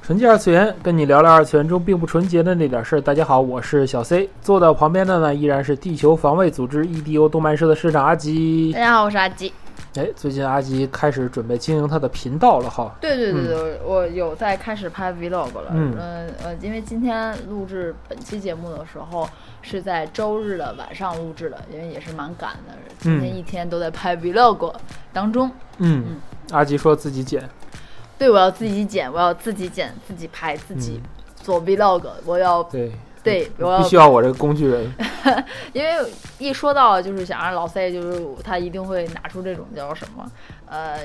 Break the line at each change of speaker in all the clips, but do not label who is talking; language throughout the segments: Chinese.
纯洁二次元，跟你聊聊二次元中并不纯洁的那点事儿。大家好，我是小 C，坐到旁边的呢依然是地球防卫组织 EDO 动漫社的社长阿吉
大。家好，我是阿吉。
哎，最近阿吉开始准备经营他的频道了哈。
对对对对，我有在开始拍 vlog 了。
嗯
呃呃，因为今天录制本期节目的时候是在周日的晚上录制的，因为也是蛮赶的，今天一天都在拍 vlog 当中。
嗯
嗯，
阿吉说自己剪，
对，我要自己剪，我要自己剪，自己拍，自己做 vlog，我要
对，
对，我要
必须要我这个工具人。
因为一说到就是想让老 C，就是他一定会拿出这种叫什么，呃，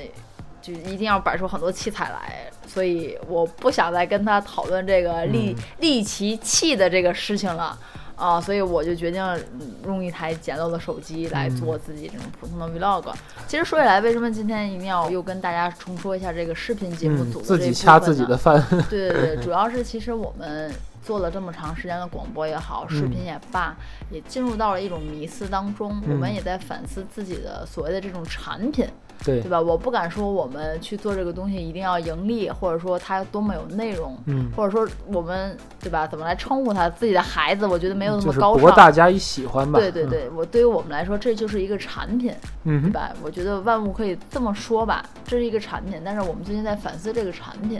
就一定要摆出很多器材来，所以我不想再跟他讨论这个
嗯
利、利其器的这个事情了。啊，所以我就决定嗯用一台简陋的手机来
嗯
做自己这种普通的 vlog。其实说起来，为什么今天一定要又跟大家重说一下这个视频节目
嗯
组，的
自
这一
己
部
掐
分
自己
呢
的饭。
对对对，主要是其实我们做了这么长时间的广播也好，
嗯
视频也罢，也进入到了一种迷思当中。我们
嗯
也在反思自己的所谓的这种产品，
对
对，吧？我不敢说我们去做这个东西一定要盈利，或者说它多么有内容，
嗯，
或者说我们对吧？怎么来称呼它？自己的孩子，我觉得没有那
就
么
是
高
博
尚。
大嗯家一喜欢吧。
对对对，我对于我们来说，这就是一个产品。
嗯，嗯
对
哼，
吧？我觉得万物可以这么说吧，这是一个产品，但是我们最近在反思这个产品，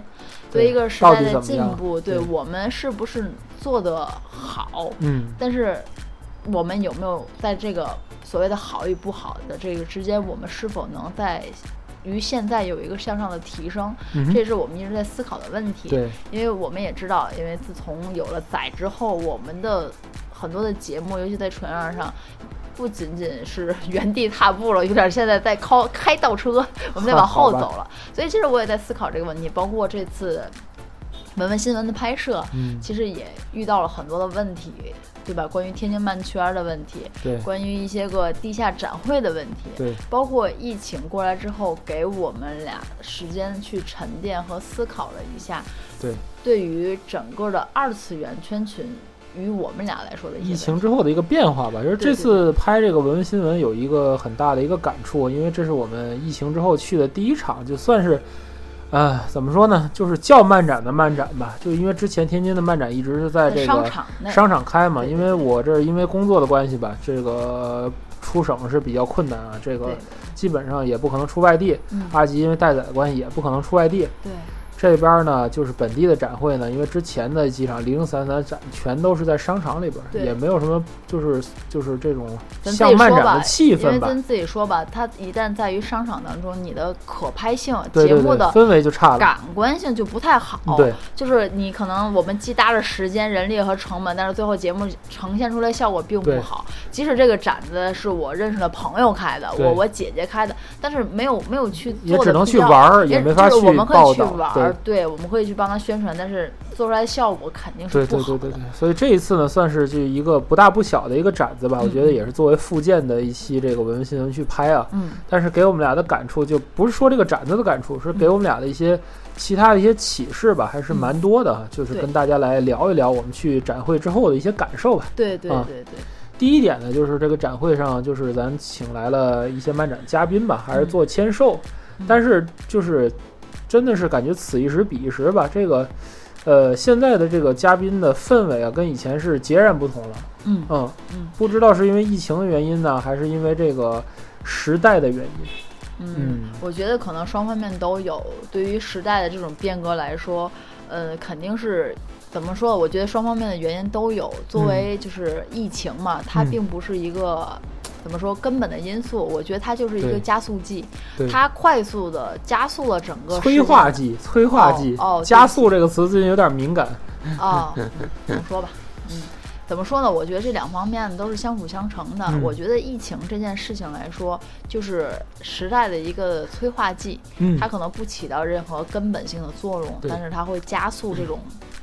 作为一个时
到
代
底
的
怎么
进
样
步，对
对
我们是不是做得好？
嗯，
但是我们有没有在这个所谓的好与不好的这个之间，我们是否能在于现在有一个向上的提升？
嗯哼
这是我们一直在思考的问题。
对，
因为我们也知道，因为自从有了仔之后，我们的很多的节目，尤其在纯二上，不仅仅是原地踏步了，有点现在在靠开倒车，我们在往后走了。所以其实我也在思考这个问题，包括这次文文新闻的拍摄，
嗯
其实也遇到了很多的问题，对吧？关于天津漫圈的问题，
对
关于一些个地下展会的问题，
对，
包括疫情过来之后，给我们俩时间去沉淀和思考了一下，
对，
对于整个的二次元圈群与我们俩来说的一些
疫情
问题
之后的一个变化吧。就是
对对
这次拍这个文文新闻有一个很大的一个感触，因为这是我们疫情之后去的第一场，就算是，呃，怎么说呢，就是叫漫展的漫展吧。就因为之前天津的漫展一直是在这
商
个
场内，
商场开嘛，
对对
因为我这儿因为工作的关系吧，这个出省是比较困难啊，这个
对
基本上也不可能出外地。
嗯，
阿吉因为带崽的关系也不可能出外地，
对，
这边呢，就是本地的展会呢，因为之前的几场零零散散展全都是在商场里边儿，
对
也没有什么就是就是这种
咱自
像
己
漫
说
展
吧
的，气
因
氛
为
吧。
咱自己说吧，它一旦在于商场当中，你的可拍性、
对对
节目
对，
的
氛围就差了。嗯
感哦官性就不太好。
对，
就是你可能我们既搭了时间、人力和成本，但是最后节目呈现出来效果并不
对
好。即使这个展子是我认识的朋友开的，
对
我我姐姐开的，但是没有没有去做
也
的
只能
必
去
要
玩儿也没法
就是
去
我们可以
报
去
道
玩儿，对，我们可以去帮他宣传，但是做出来的效果肯定是
对
不
对
好
对
的。
对对，所以这一次呢，算是就一个不大不小的一个展子吧，我觉得
嗯
也是作为附件的一期这个文文新闻去拍啊。
嗯，
但是给我们俩的感触，就不是说这个展子的感触，是给我们俩的一些其他的一些启示吧，还是蛮多的啊，就是
对
跟大家来聊一聊我们去展会之后的一些感受吧。
对对
啊
对对，
第一点呢，就是这个展会上，就是咱请来了一些漫展嘉宾吧，还是做签售，
嗯
但是就是真的是感觉此一时彼一时吧，这个。呃，现在的这个嘉宾的氛围啊，跟以前是截然不同了。
嗯
嗯
嗯，
不知道是因为疫情的原因呢，还是因为这个时代的原因。
嗯，我觉得可能双方面都有。对于时代的这种变革来说，呃，肯定是怎么说？我觉得双方面的原因都有。作为就是疫情嘛，它
嗯
并不是一个。怎么说根本的因素？我觉得它就是一个
对
加速剂，
对，
它快速的加速了整个
催化剂，催化剂，
哦哦
加速这个词最近有点敏感。
啊，哦嗯怎么说吧，嗯，怎么说呢？我觉得这两方面都是相辅相成的。
嗯
我觉得疫情这件事情来说，就是时代的一个催化剂，
嗯
它可能不起到任何根本性的作用，
对嗯
但是它会加速这种、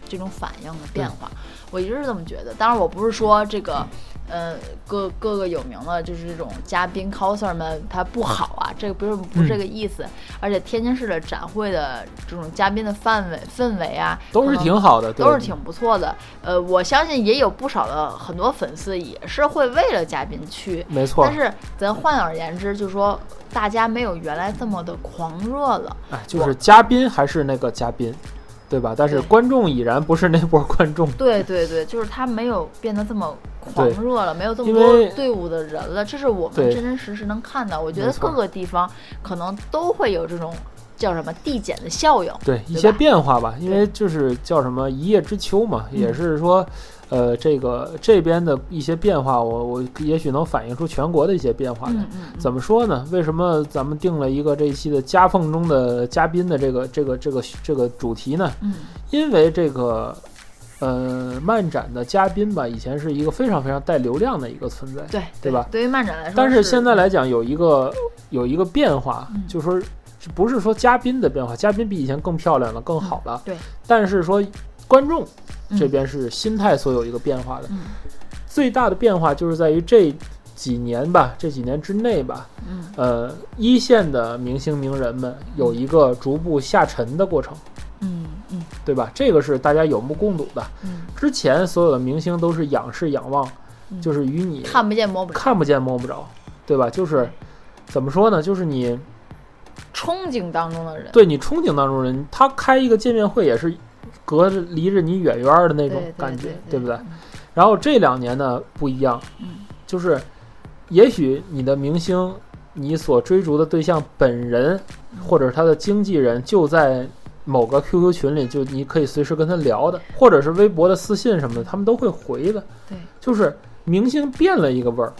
这种反应的变化。我一直是这么觉得。当然，我不是说这个。呃，各各个有名的，就是这种嘉宾 coser 们，他不好啊，这个不是不是这
嗯
个意思。而且天津市的展会的这种嘉宾的范围氛围啊，
都是
可能
挺好的，对
都是挺不错的。呃，我相信也有不少的很多粉丝也是会为了嘉宾去，
没错
但。是咱换而言之，就是说大家没有原来这么的狂热了。
哎，就是嘉宾还是那个嘉宾，对吧？但是
对
观众已然不是那波观众，
对对对，就是他没有变得这么狂
对
热了，没有这么
因
多
为
队伍的人了，这是我们
对
真真实实能看到。我觉得
没错
各个地方可能都会有这种叫什么递减的效应。
对一
对
些
吧
变化吧，因为就是叫什么一叶知秋嘛，也
嗯
是说，呃，这个这边的一些变化，我我也许能反映出全国的一些变化来。
嗯嗯，
怎么说呢？为什么咱们定了一个这一期的夹缝中的嘉宾的这个这个这个这个主题呢？
嗯
因为这个，呃，漫展的嘉宾吧，以前是一个非常非常带流量的一个存在，
对
对吧
对于漫展来说，
但
是
是现在来讲有一个有一个变化
嗯，
就是说不是说嘉宾的变化，嘉宾比以前更漂亮了，更好了，
嗯对，
但是说观众
嗯
这边是心态所有一个变化的，
嗯
最大的变化就是在于这几年吧，这几年之内吧，
嗯
呃，一线的明星名人们有一个逐步下沉的过程，
嗯嗯
对吧？这个是大家有目共睹的。
嗯，
之前所有的明星都是仰视仰望，
嗯
就是与你
看不见摸不着，
看不见摸不着，对吧？就是怎么说呢？就是你
憧憬当中的人，
对你憧憬当中人，他开一个见面会也是隔着离着你远远的那
对
种
对
感觉，
对
不对？？然后这两年呢不一样，
嗯
就是也许你的明星，你所追逐的对象本人
嗯
或者是他的经纪人就在某个 QQ 群里，就你可以随时跟他聊的，或者是微博的私信什么的，他们都会回的。
对，
就是明星变了一个味儿。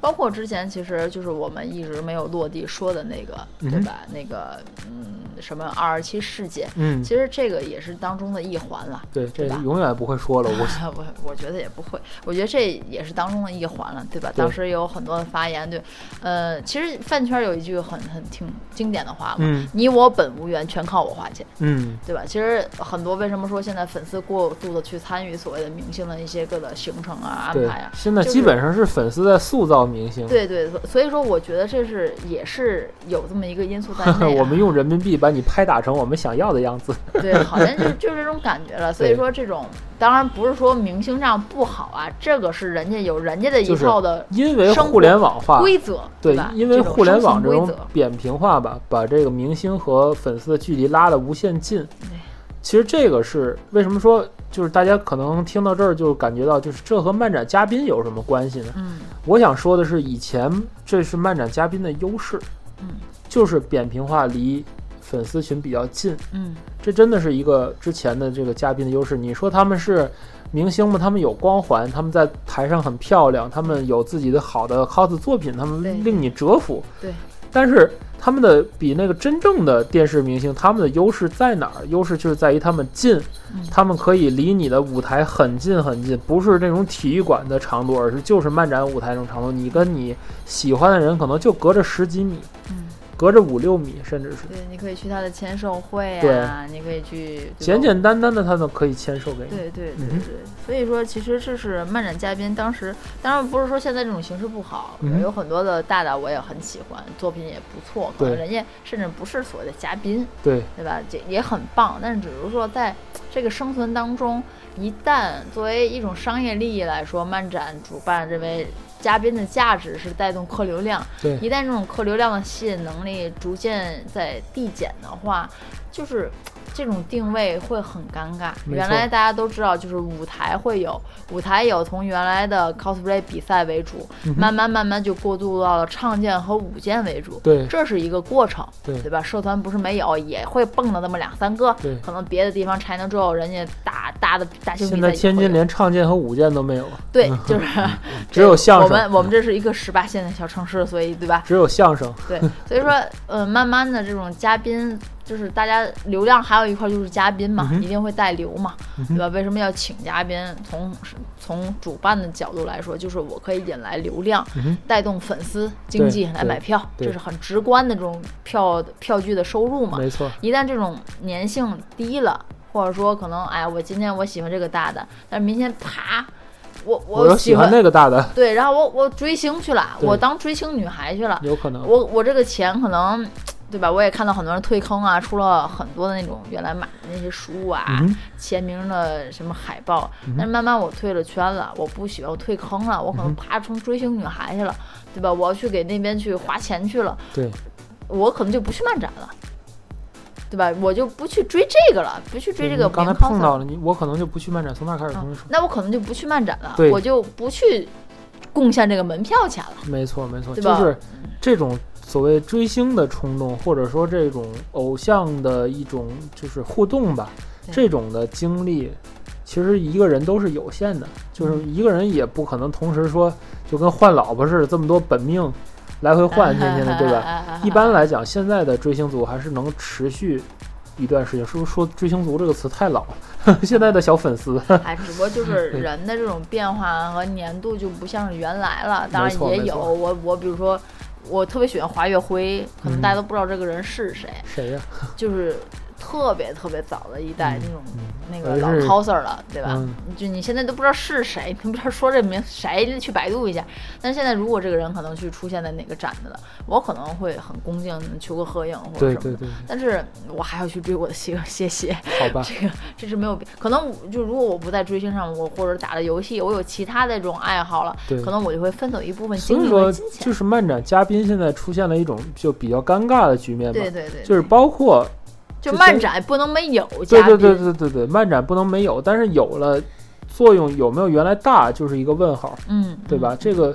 包括之前其实就是我们一直没有落地说的那个，
嗯
对吧？那个嗯，什么二二七事件，
嗯，
其实这个也是当中的一环了。
对，这
对吧
永远不会说了。我
我我觉得也不会，我觉得这也是当中的一环了，对吧？
对
当时也有很多的发言，对，呃，其实饭圈有一句很很挺经典的话嘛，
嗯
你我本无缘，全靠我花钱。
嗯，
对吧？其实很多为什么说现在粉丝过度的去参与所谓的明星的一些个的行程啊、安
对
排啊，，
现在
就是
基本上是粉丝在塑造明星。
对对，所所以说我觉得这是也是有这么一个因素在内、啊。
我们用人民币把你拍打成我们想要的样 子。
对，好像就是就是这种感觉 了。所以
对
说这种当然不是说明星这样不好啊，这个是人家有人家的一
就是
套的
因为
生活
互联网化，
规则，
对
吧？，
因为
种
互联
生存
网这
规
种
则
扁平化吧，把这个明星和粉丝的距离拉得无限近。其实这个是为什么说，就是大家可能听到这儿就感觉到，就是这和漫展嘉宾有什么关系呢？
嗯
我想说的是，以前这是漫展嘉宾的优势，
嗯
就是扁平化离粉丝群比较近，
嗯
这真的是一个之前的这个嘉宾的优势。你说他们是明星吗？他们有光环，他们在台上很漂亮，他们有自己的好的 cos 作品，他们
对
令你折服。
对
但是他们的比那个真正的电视明星，他们的优势在哪儿？优势就是在于他们近
嗯，
他们可以离你的舞台很近很近，不是那种体育馆的长度，而是就是漫展舞台那种长度。你跟你喜欢的人可能就隔着十几米，
嗯，
隔着五六米，甚至是。
对，你可以去他的签售会啊，
对
你可以去对
简
吧
简单单的，他们可以签售给你。
对对对
嗯
对，所以说其实这是漫展嘉宾当时，当然不是说现在这种形式不好，
嗯哼
有很多的大大我也很喜欢，作品也不错，可能
对
人家甚至不是所谓的嘉宾，
对，
对吧？也也很棒，但是只是说在这个生存当中，一旦作为一种商业利益来说，漫展主办认为。嘉宾的价值是带动客流量，
对
一旦这种客流量的吸引能力逐渐在递减的话，就是这种定位会很尴尬。
没错
原来大家都知道，就是舞台会有舞台有从原来的 cosplay 比赛为主，
嗯哼
慢慢慢慢就过渡到了唱见和舞见为主。
对
这是一个过程，
对
吧？社团不是没有，也会蹦了那么两三个。
对
可能别的地方 China Joe 人家大大的大型比赛
现在
也会有，
天津连唱见和舞见都没有，
对，就是
只有 相声嗯
我们我们这是一个十八线的小城市，所以对吧？
只有相声。
对，所以说，呃，慢慢的这种嘉宾就是大家流量还有一块就是嘉宾嘛，
嗯哼
一定会带流嘛，
嗯哼
对吧？为什么要请嘉宾？从从主办的角度来说，就是我可以引来流量，
嗯哼
带动粉丝经济
对
来买票，
对
这是很直观的这种票票据的收入嘛。
没错，
一旦这种粘性低了，或者说可能哎，我今天我喜欢这个大的，但是明天啪，我
我又喜
喜欢
欢那个大的，
对，然后我我追星去了，
对
我当追星女孩去了，
有可能。
我我这个钱可能。对吧？我也看到很多人退坑啊，出了很多的那种原来买的那些书啊、
嗯哼
签名的什么海报。
嗯
但是慢慢我退了圈了，我不喜欢，我退坑了，我可能
嗯
啪冲追星女孩去了，对吧？我要去给那边去花钱去了，
对，
我可能就不去漫展了，对吧？我就不去追这个了，不去追这个
你刚才
main concept
碰到了你，我可能就不去漫展，从那开始
嗯
重新说。
那我可能就不去漫展了
对，
我就不去贡献这个门票钱了。
没错，没错，
对
就
吧
是这种所谓追星的冲动，或者说这种偶像的一种就是互动吧，
对
这种的经历，其实一个人都是有限的，就是
嗯
一个人也不可能同时说就跟换老婆似的，这么多本命来回换，天天的，对吧？
吧
一般来讲，现在的追星族还是能持续。一段时间，是不是说“追星族”这个词太老了？ 现在的小粉丝，
哎，只不过就是人的这种变化和粘度就不像是原来了，当
没
然
错
也
没
有
错
我我比如说。我特别喜欢华月辉，可能
嗯
大家都不知道这个人是谁，
谁呀、
就是特别特别早的一代
嗯
那种、
嗯
那
而
个老
是
coser 了，对吧？
嗯
就你现在都不知道是谁，你不知道说这名谁，去百度一下。但是现在如果这个人可能去出现在哪个展子了，我可能会很恭敬地求个合影或者
对
什么的。
对对，
但是我还要去追我的星，谢谢。
好吧，
这个这是没有，可能我就如果我不在追星上，我或者打着游戏，我有其他的这种爱好了，
对
可能我就会分走一部分
所以
精力
说
和金，钱
就。是漫展嘉宾现在出现了一种就比较尴尬的局面吧，
对对对，
就是包括
就
之前
漫展不能没有嘉
对对
宾，
对对对对，漫展不能没有，但是有了作用有没有原来大就是一个问号，
嗯，
对吧？
嗯
这个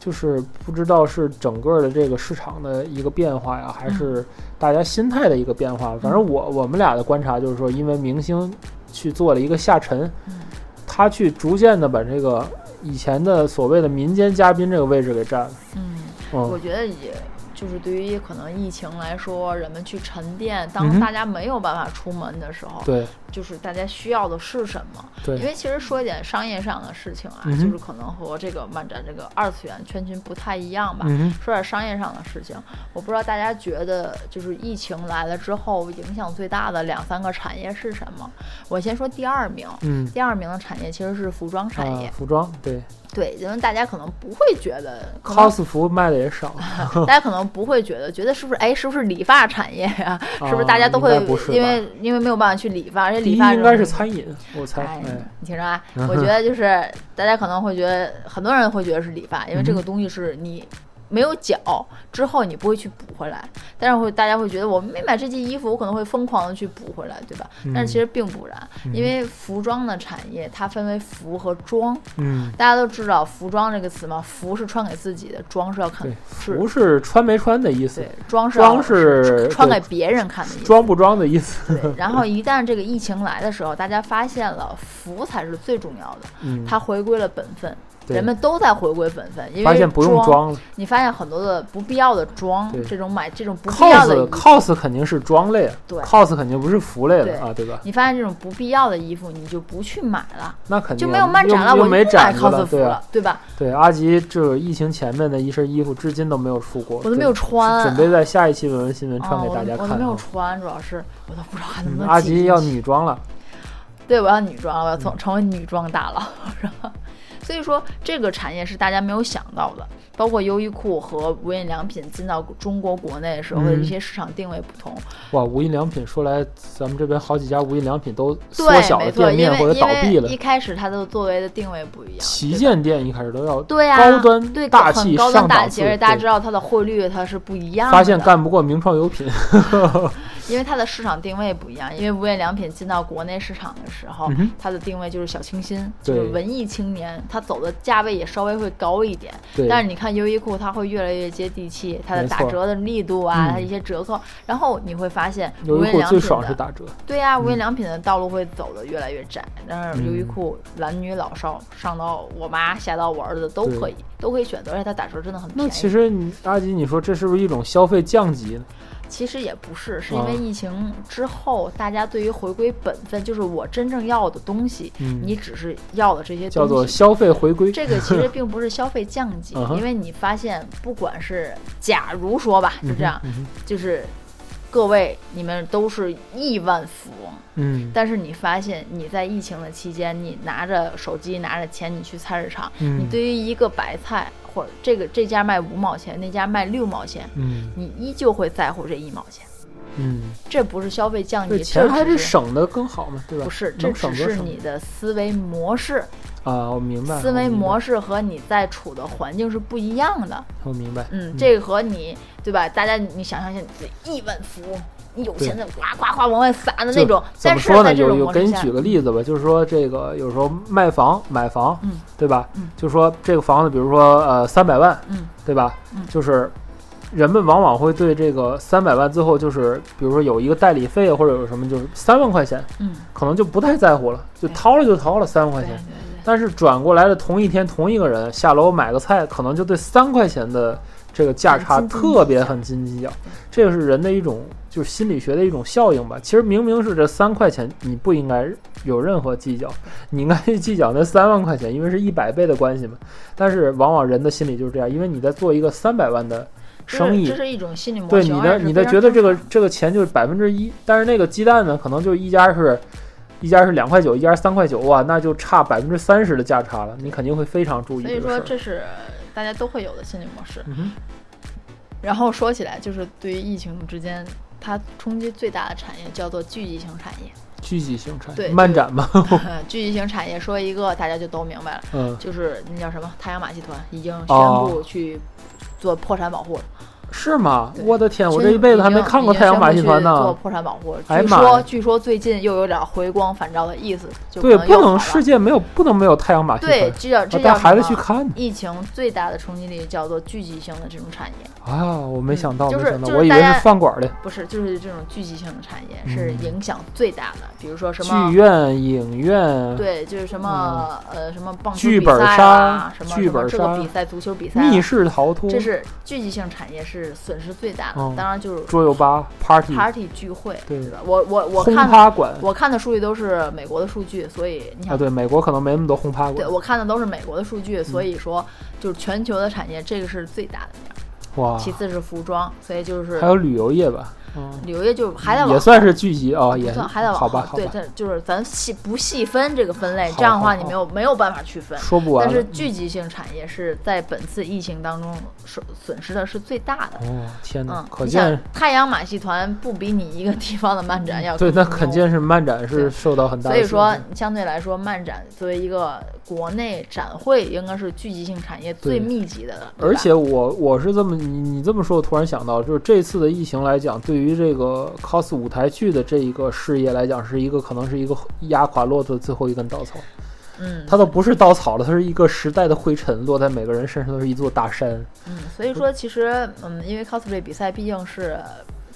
就是不知道是整个的这个市场的一个变化呀，还
嗯
是大家心态的一个变化。反正我我们俩的观察就是说，因为明星去做了一个下沉
嗯，
他去逐渐的把这个以前的所谓的民间嘉宾这个位置给占了，
嗯，我
嗯，
觉得也就是对于可能疫情来说，人们去沉淀，
嗯
当
哼
大家没有办法出门的时候，
对
就是大家需要的是什么？
对
因为其实说一点商业上的事情啊，
嗯哼
就是可能和这个漫展这个二次元圈群不太一样吧。
嗯哼。
说点商业上的事情，我不知道大家觉得就是疫情来了之后影响最大的两三个产业是什么？我先说第二名，
嗯，
第二名的产业其实是服装产业，
啊、服装对
对，因为大家可能不会觉得可能
，cos 服卖的也少，
大家可能不会觉得，觉得是不是哎，是不是理发产业呀、是不是大家都
啊
会
应该不是吧
因为因为没有办法去理发，而且
第一
理发
应该
这
是
种
餐饮，我猜，
哎
哎，，
你听着啊，
嗯
我觉得就是大家可能会觉得，很多人会觉得是理发，因为这
嗯
个东西是你没有缴之后你不会去补回来，但是会大家会觉得我没买这件衣服，我可能会疯狂的去补回来，对吧？
嗯
但是其实并不然，因为服装的产业它分为服和装，
嗯，
大家都知道服装这个词嘛，服是穿给自己的，装是要看
对
是
不是穿没穿的意思
对，，装饰
装
要
是
穿
对
给别人看的意思。
装不装的意思，
对，然后一旦这个疫情来的时候，大家发现了服才是最重要的，
嗯，
它回归了本分。
对
人们都在回归本分，因为
发现不用
装，
装了
你发现很多的不必要的装
对，
这种买这种不必要的衣
，cos
服
cos 肯定是装类啊
对
，cos 肯定不是服类
对
了啊，对吧？
你发现这种不必要的衣服，你就不去买了，
那肯定啊
就没有漫展了，
又
我
又
就
没
不买
展子
cos 服
对啊，
了，对吧？
对，阿吉这疫情前面的一身衣服至今都没有出过，
我都没有
对
穿
准备在下一期文文新闻
啊，
穿给
我
大家
我
看
都没有
啊。
穿，主要是我都不知道还能不
嗯
能
阿
挤进
吉要
去
女装了，
对，我要女装，我要成成为女装大佬， 是吧？所以说，这个产业是大家没有想到的，包括优衣库和无印良品进到中国国内的时候的
嗯
一些市场定位不同。
哇，无印良品说来，咱们这边好几家无印良品都缩
对，
小
没
了
错，
店
因
面
为
或者倒闭
因
了
为一。开始它的作为的定位不一样。
旗舰店一开始都要
对呀、
高端
对
大
很
气
高
上
端大
档
气，
次
而且大家
对
知道它的汇率它是不一样的。
发现干不过名创优品，
因为它的市场定位不一样，因为无印良品进到国内市场的时候，
嗯哼
它的定位就是小清新，
对
就是文艺青年，它走的价位也稍微会高一点。
对
但是你看优衣库，它会越来越接地气，它的
没错
打折的力度啊，
嗯
它一些折扣，然后你会发现
优
无
衣
印
库
良
最
品
爽是
的
打折，
对呀、
嗯
无印良品的道路会走得越来越窄，但是优衣库男女老少，上到我妈，下到我儿子都
对
可以，都可以选择，而且它打折真的很便
那
宜。
其实你阿吉，你说这是不是一种消费降级呢？
其实也不是，是因
啊
为疫情之后，大家对于回归本分，就是我真正要的东西，
嗯，
你只是要的这些
叫做
东西。
消费回归，，
这个其实并不是消费降级
嗯哼
因为你发现，不管是假如说吧，就这样，
嗯哼，
就是各位你们都是亿万富翁，
嗯
但是你发现你在疫情的期间，你拿着手机拿着钱，你去菜市场，
嗯，
你对于一个白菜或者这个这家卖五毛钱，那家卖六毛钱，
嗯
你依旧会在乎这一毛钱。
嗯，
这不是消费降级，
对，钱还是
这只是
省的更好嘛，对吧？
不是，这
能省
只
则
是
省
你的思维模式、
啊，我明白了，
思维模
式，
式和你在处的环境是不一样的。
我明白，
嗯，这个和你对吧？大家你想象一下，你自己亿万富翁，你有钱的呱呱呱往外撒的那种，
怎
但
么
是
说呢？
在这
有
种
有
模
给
式
你
下
举，个例子吧，就是说这个有时候卖房、买房，
嗯，
对吧？
嗯
就说这个房子，比如说呃三百万，
嗯，
对吧？
嗯
就是人们往往会对这个三百万最后就是，比如说有一个代理费啊或者有什么，就是三万块钱，
嗯，
可能就不太在乎了，就
对
掏了就掏了三万
对
块
对
钱。
对，
但是转过来的同一天，同一个人下楼买个菜，可能就对三块钱的这个价差
很斤斤计较
特别很斤斤计较。这个是人的一种就是心理学的一种效应吧。其实明明是这三块钱，你不应该有任何计较，你应该去计较那三万块钱，因为是一百倍的关系嘛。但是往往人的心理就是这样，因为你在做一个三百万的生意
这是这，是一种心理模
对
型，
你
而
的
且是
你
非
的
常
觉得这
正
个
常的
这个钱就是百分之一，但是那个鸡蛋呢，可能就一家是，一家是两块九，一家是三块九，哇，那就差百分之三十的价差了，你肯定会非常注意
所以
这
说
个事儿。
这是大家都会有的心理模式。
嗯哼，
然后说起来，就是对于疫情之间，它冲击最大的产业叫做聚集型产 业。
聚集型产业，
对
漫
就
展 嘛，
聚集型产业说一个，大家就都明白了，
嗯，
就是那叫什么太阳马戏团已经宣
哦
布去做破产保护了。
是吗？
对
我的天，哎我
宣
这一辈子还
已
没
经
看过
已经
太阳马
宣
戏
布
团
去做
呢。
破产保护了，
哎呀
据
妈呀
说据说最近又有点回光返照的意思，就
对，
可能
不
又
能
好
世
了。
界没有不能没有太阳马戏团
对，，这叫这
我带
叫
啊孩子
什
去
么
看呢
疫情最大的冲击力叫做聚集型的这种产业。
啊！我没
嗯
想到，
就
没
是
想到，
就是
我以
大
为
家
是饭馆的
不是，就是这种聚集性的产业
嗯
是影响最大的，比如说什么
剧院、影院、
对，就是什么、呃什么棒球
剧
比
本
赛
杀
啊，什么
剧
什么
本
这个
杀
比赛、足球比赛啊、
密室逃脱、
这是聚集性产业是损失最大的。
嗯
当然就是
桌游吧、party，
party 聚会，
对
是吧我我我
轰
看
趴馆。
我看的数据都是美国的数据，所以你想、
啊，对，美国可能没那么多轰趴
对
过。
我看的都是美国的数据，
嗯
所以说就是全球的产业这个是最大的面儿，
哇，
其次是服装，所以就是
啊还有旅游业吧，嗯，
旅游业就还在往
也算是聚集啊，
不
也
算还在往
好吧，
后
好
对，
吧，
这就是咱细不细分这个分类，
好
这样的
好
话你
好
没有没有办法区分。
说不完
但
了
是。聚集性产业是在本次疫情当中损损失的是最大的。
哦，天哪
嗯，，
可
你想
见
太阳马戏团不比你一个地方的漫展要
对，那
更
肯
牛
见是漫展是
对
受到很大
所
的
以
损失。
说，相对来说，漫展作为一个国内展会，应该是聚集性产业最
对
密集的了。对
而
吧
且我我是这么你你这么说，我突然想到，就是这次的疫情来讲，对于这个 cos 舞台剧的这一个事业来讲，是一个可能是一个压垮骆驼的最后一根稻草。
嗯，
它都不是稻草了，它是一个时代的灰尘，落在每个人身上都是一座大山。
嗯，所以说其实嗯，因为 cosplay 比赛毕竟是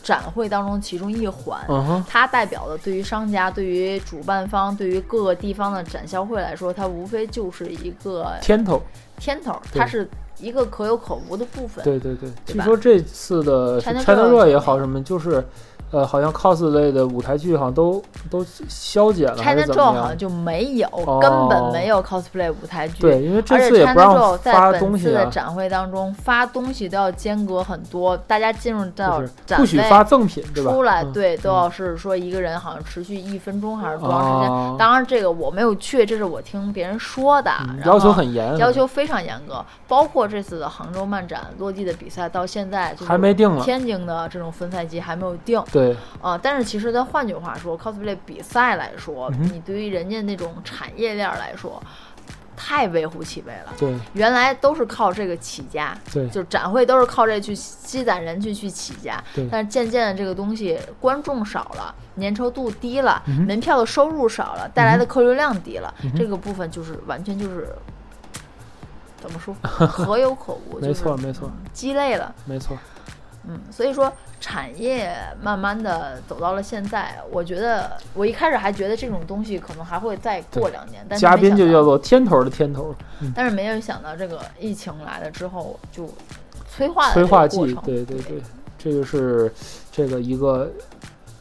展会当中其中一环，
嗯哼，
它代表的对于商家、对于主办方、对于各个地方的展销会来说，它无非就是一个
天头，
天头，
对
它是一个可有可无的部分。
对对对，
对
据
吧
说这次的
China
China
Girl
Rock 也好什么，就是呃，好像 cos 类的舞台剧好像都都削减了还
China
是
Joe
怎么
好像
样？
就没有，
哦
根本没有 cosplay 舞台剧。
对，因为这
而
次
且
也不
China
让
Joe 在
发
本
东
次
西
的
啊，
展会当中发东西都要间隔很多，大家进入到
就是
展
不
位
许发赠品，对吧？
出来，
嗯
对，都要是说一个人好像持续一分钟还是多长时间。
啊，
当然，这个我没有去，这是我听别人说的。
嗯
然
要求
后
很严，
要求非常严格，包括这次的杭州漫展落地的比赛，到现在就是
还没定了
天津的这种分赛季还没有定
对，
啊、呃但是其实咱换句话说，cosplay 比赛来说，
嗯哼
你对于人家那种产业链儿来说，太微乎其微了。
对
原来都是靠这个起家，
对
就展会都是靠这去积攒人气去起家
对。
但是渐渐的，这个东西观众少了，粘稠度低了，
嗯哼
门票的收入少了，带来的
嗯
客流量低了，
嗯哼
这个部分就是完全就是怎么 说，可有可无。
没错没错，
鸡肋了。
没错，
嗯，所以说产业慢慢的走到了现在，我觉得我一开始还觉得这种东西可能还会再过
对
两年，但是
嘉
没
宾
想
就
到
叫做天头的天头，
但是没有想到这个疫情来了之后就催化了
催化
这个
剂
过，程
对对对，这个是这个一个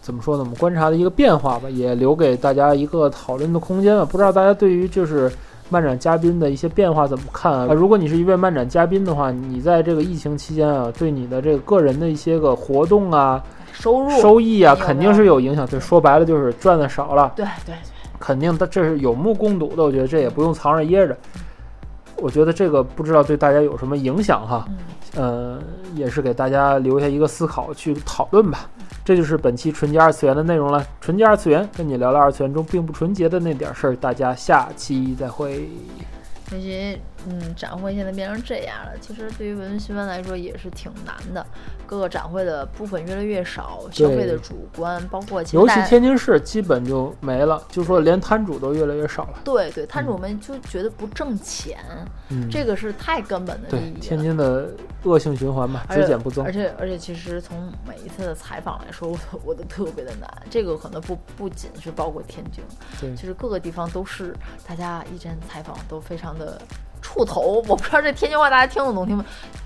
怎么说呢？我们观察的一个变化吧，也留给大家一个讨论的空间吧。不知道大家对于就是漫展嘉宾的一些变化怎么看啊？如果你是一位漫展嘉宾的话，你在这个疫情期间啊，对你的这个个人的一些个活动啊、
哎收入，
收益啊，
有没有
肯定是有影响。对，说白了就是赚的少了，
对对
肯定的，这是有目共睹的。我觉得这也不用藏着掖着。我觉得这个不知道对大家有什么影响哈。
嗯，
呃，也是给大家留下一个思考去讨论吧。这就是本期纯洁二次元的内容了。纯洁二次元跟你聊聊二次元中并不纯洁的那点事儿，大家下期再会。
文学，嗯，展会现在变成这样了，其实对于文学班来说也是挺难的。各个展会的部分越来越少，消费的主观，包括其
尤
实
其
大家
天津市基本就没了，就说连摊主都越来越少了。
对对，摊主们就觉得不挣钱，
嗯，
这个是太根本的
对
利益了。
天津的恶性循环嘛，
而
只
且
减不增
而。且而且，其实从每一次的采访来说，我都我都特别的难。这个可能不不仅是包括天津，
对
其实各个地方都是，大家一针采访都非常的触头。我不知道这天津话大家听得懂听不，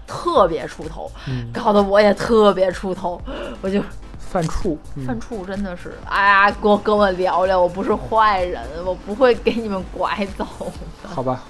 特别触头，
嗯，
搞得我也特别触头。我就
犯怵。嗯
犯，怵，真的是，哎呀，跟我跟我聊聊，我不是坏人，我不会给你们拐走。
好吧，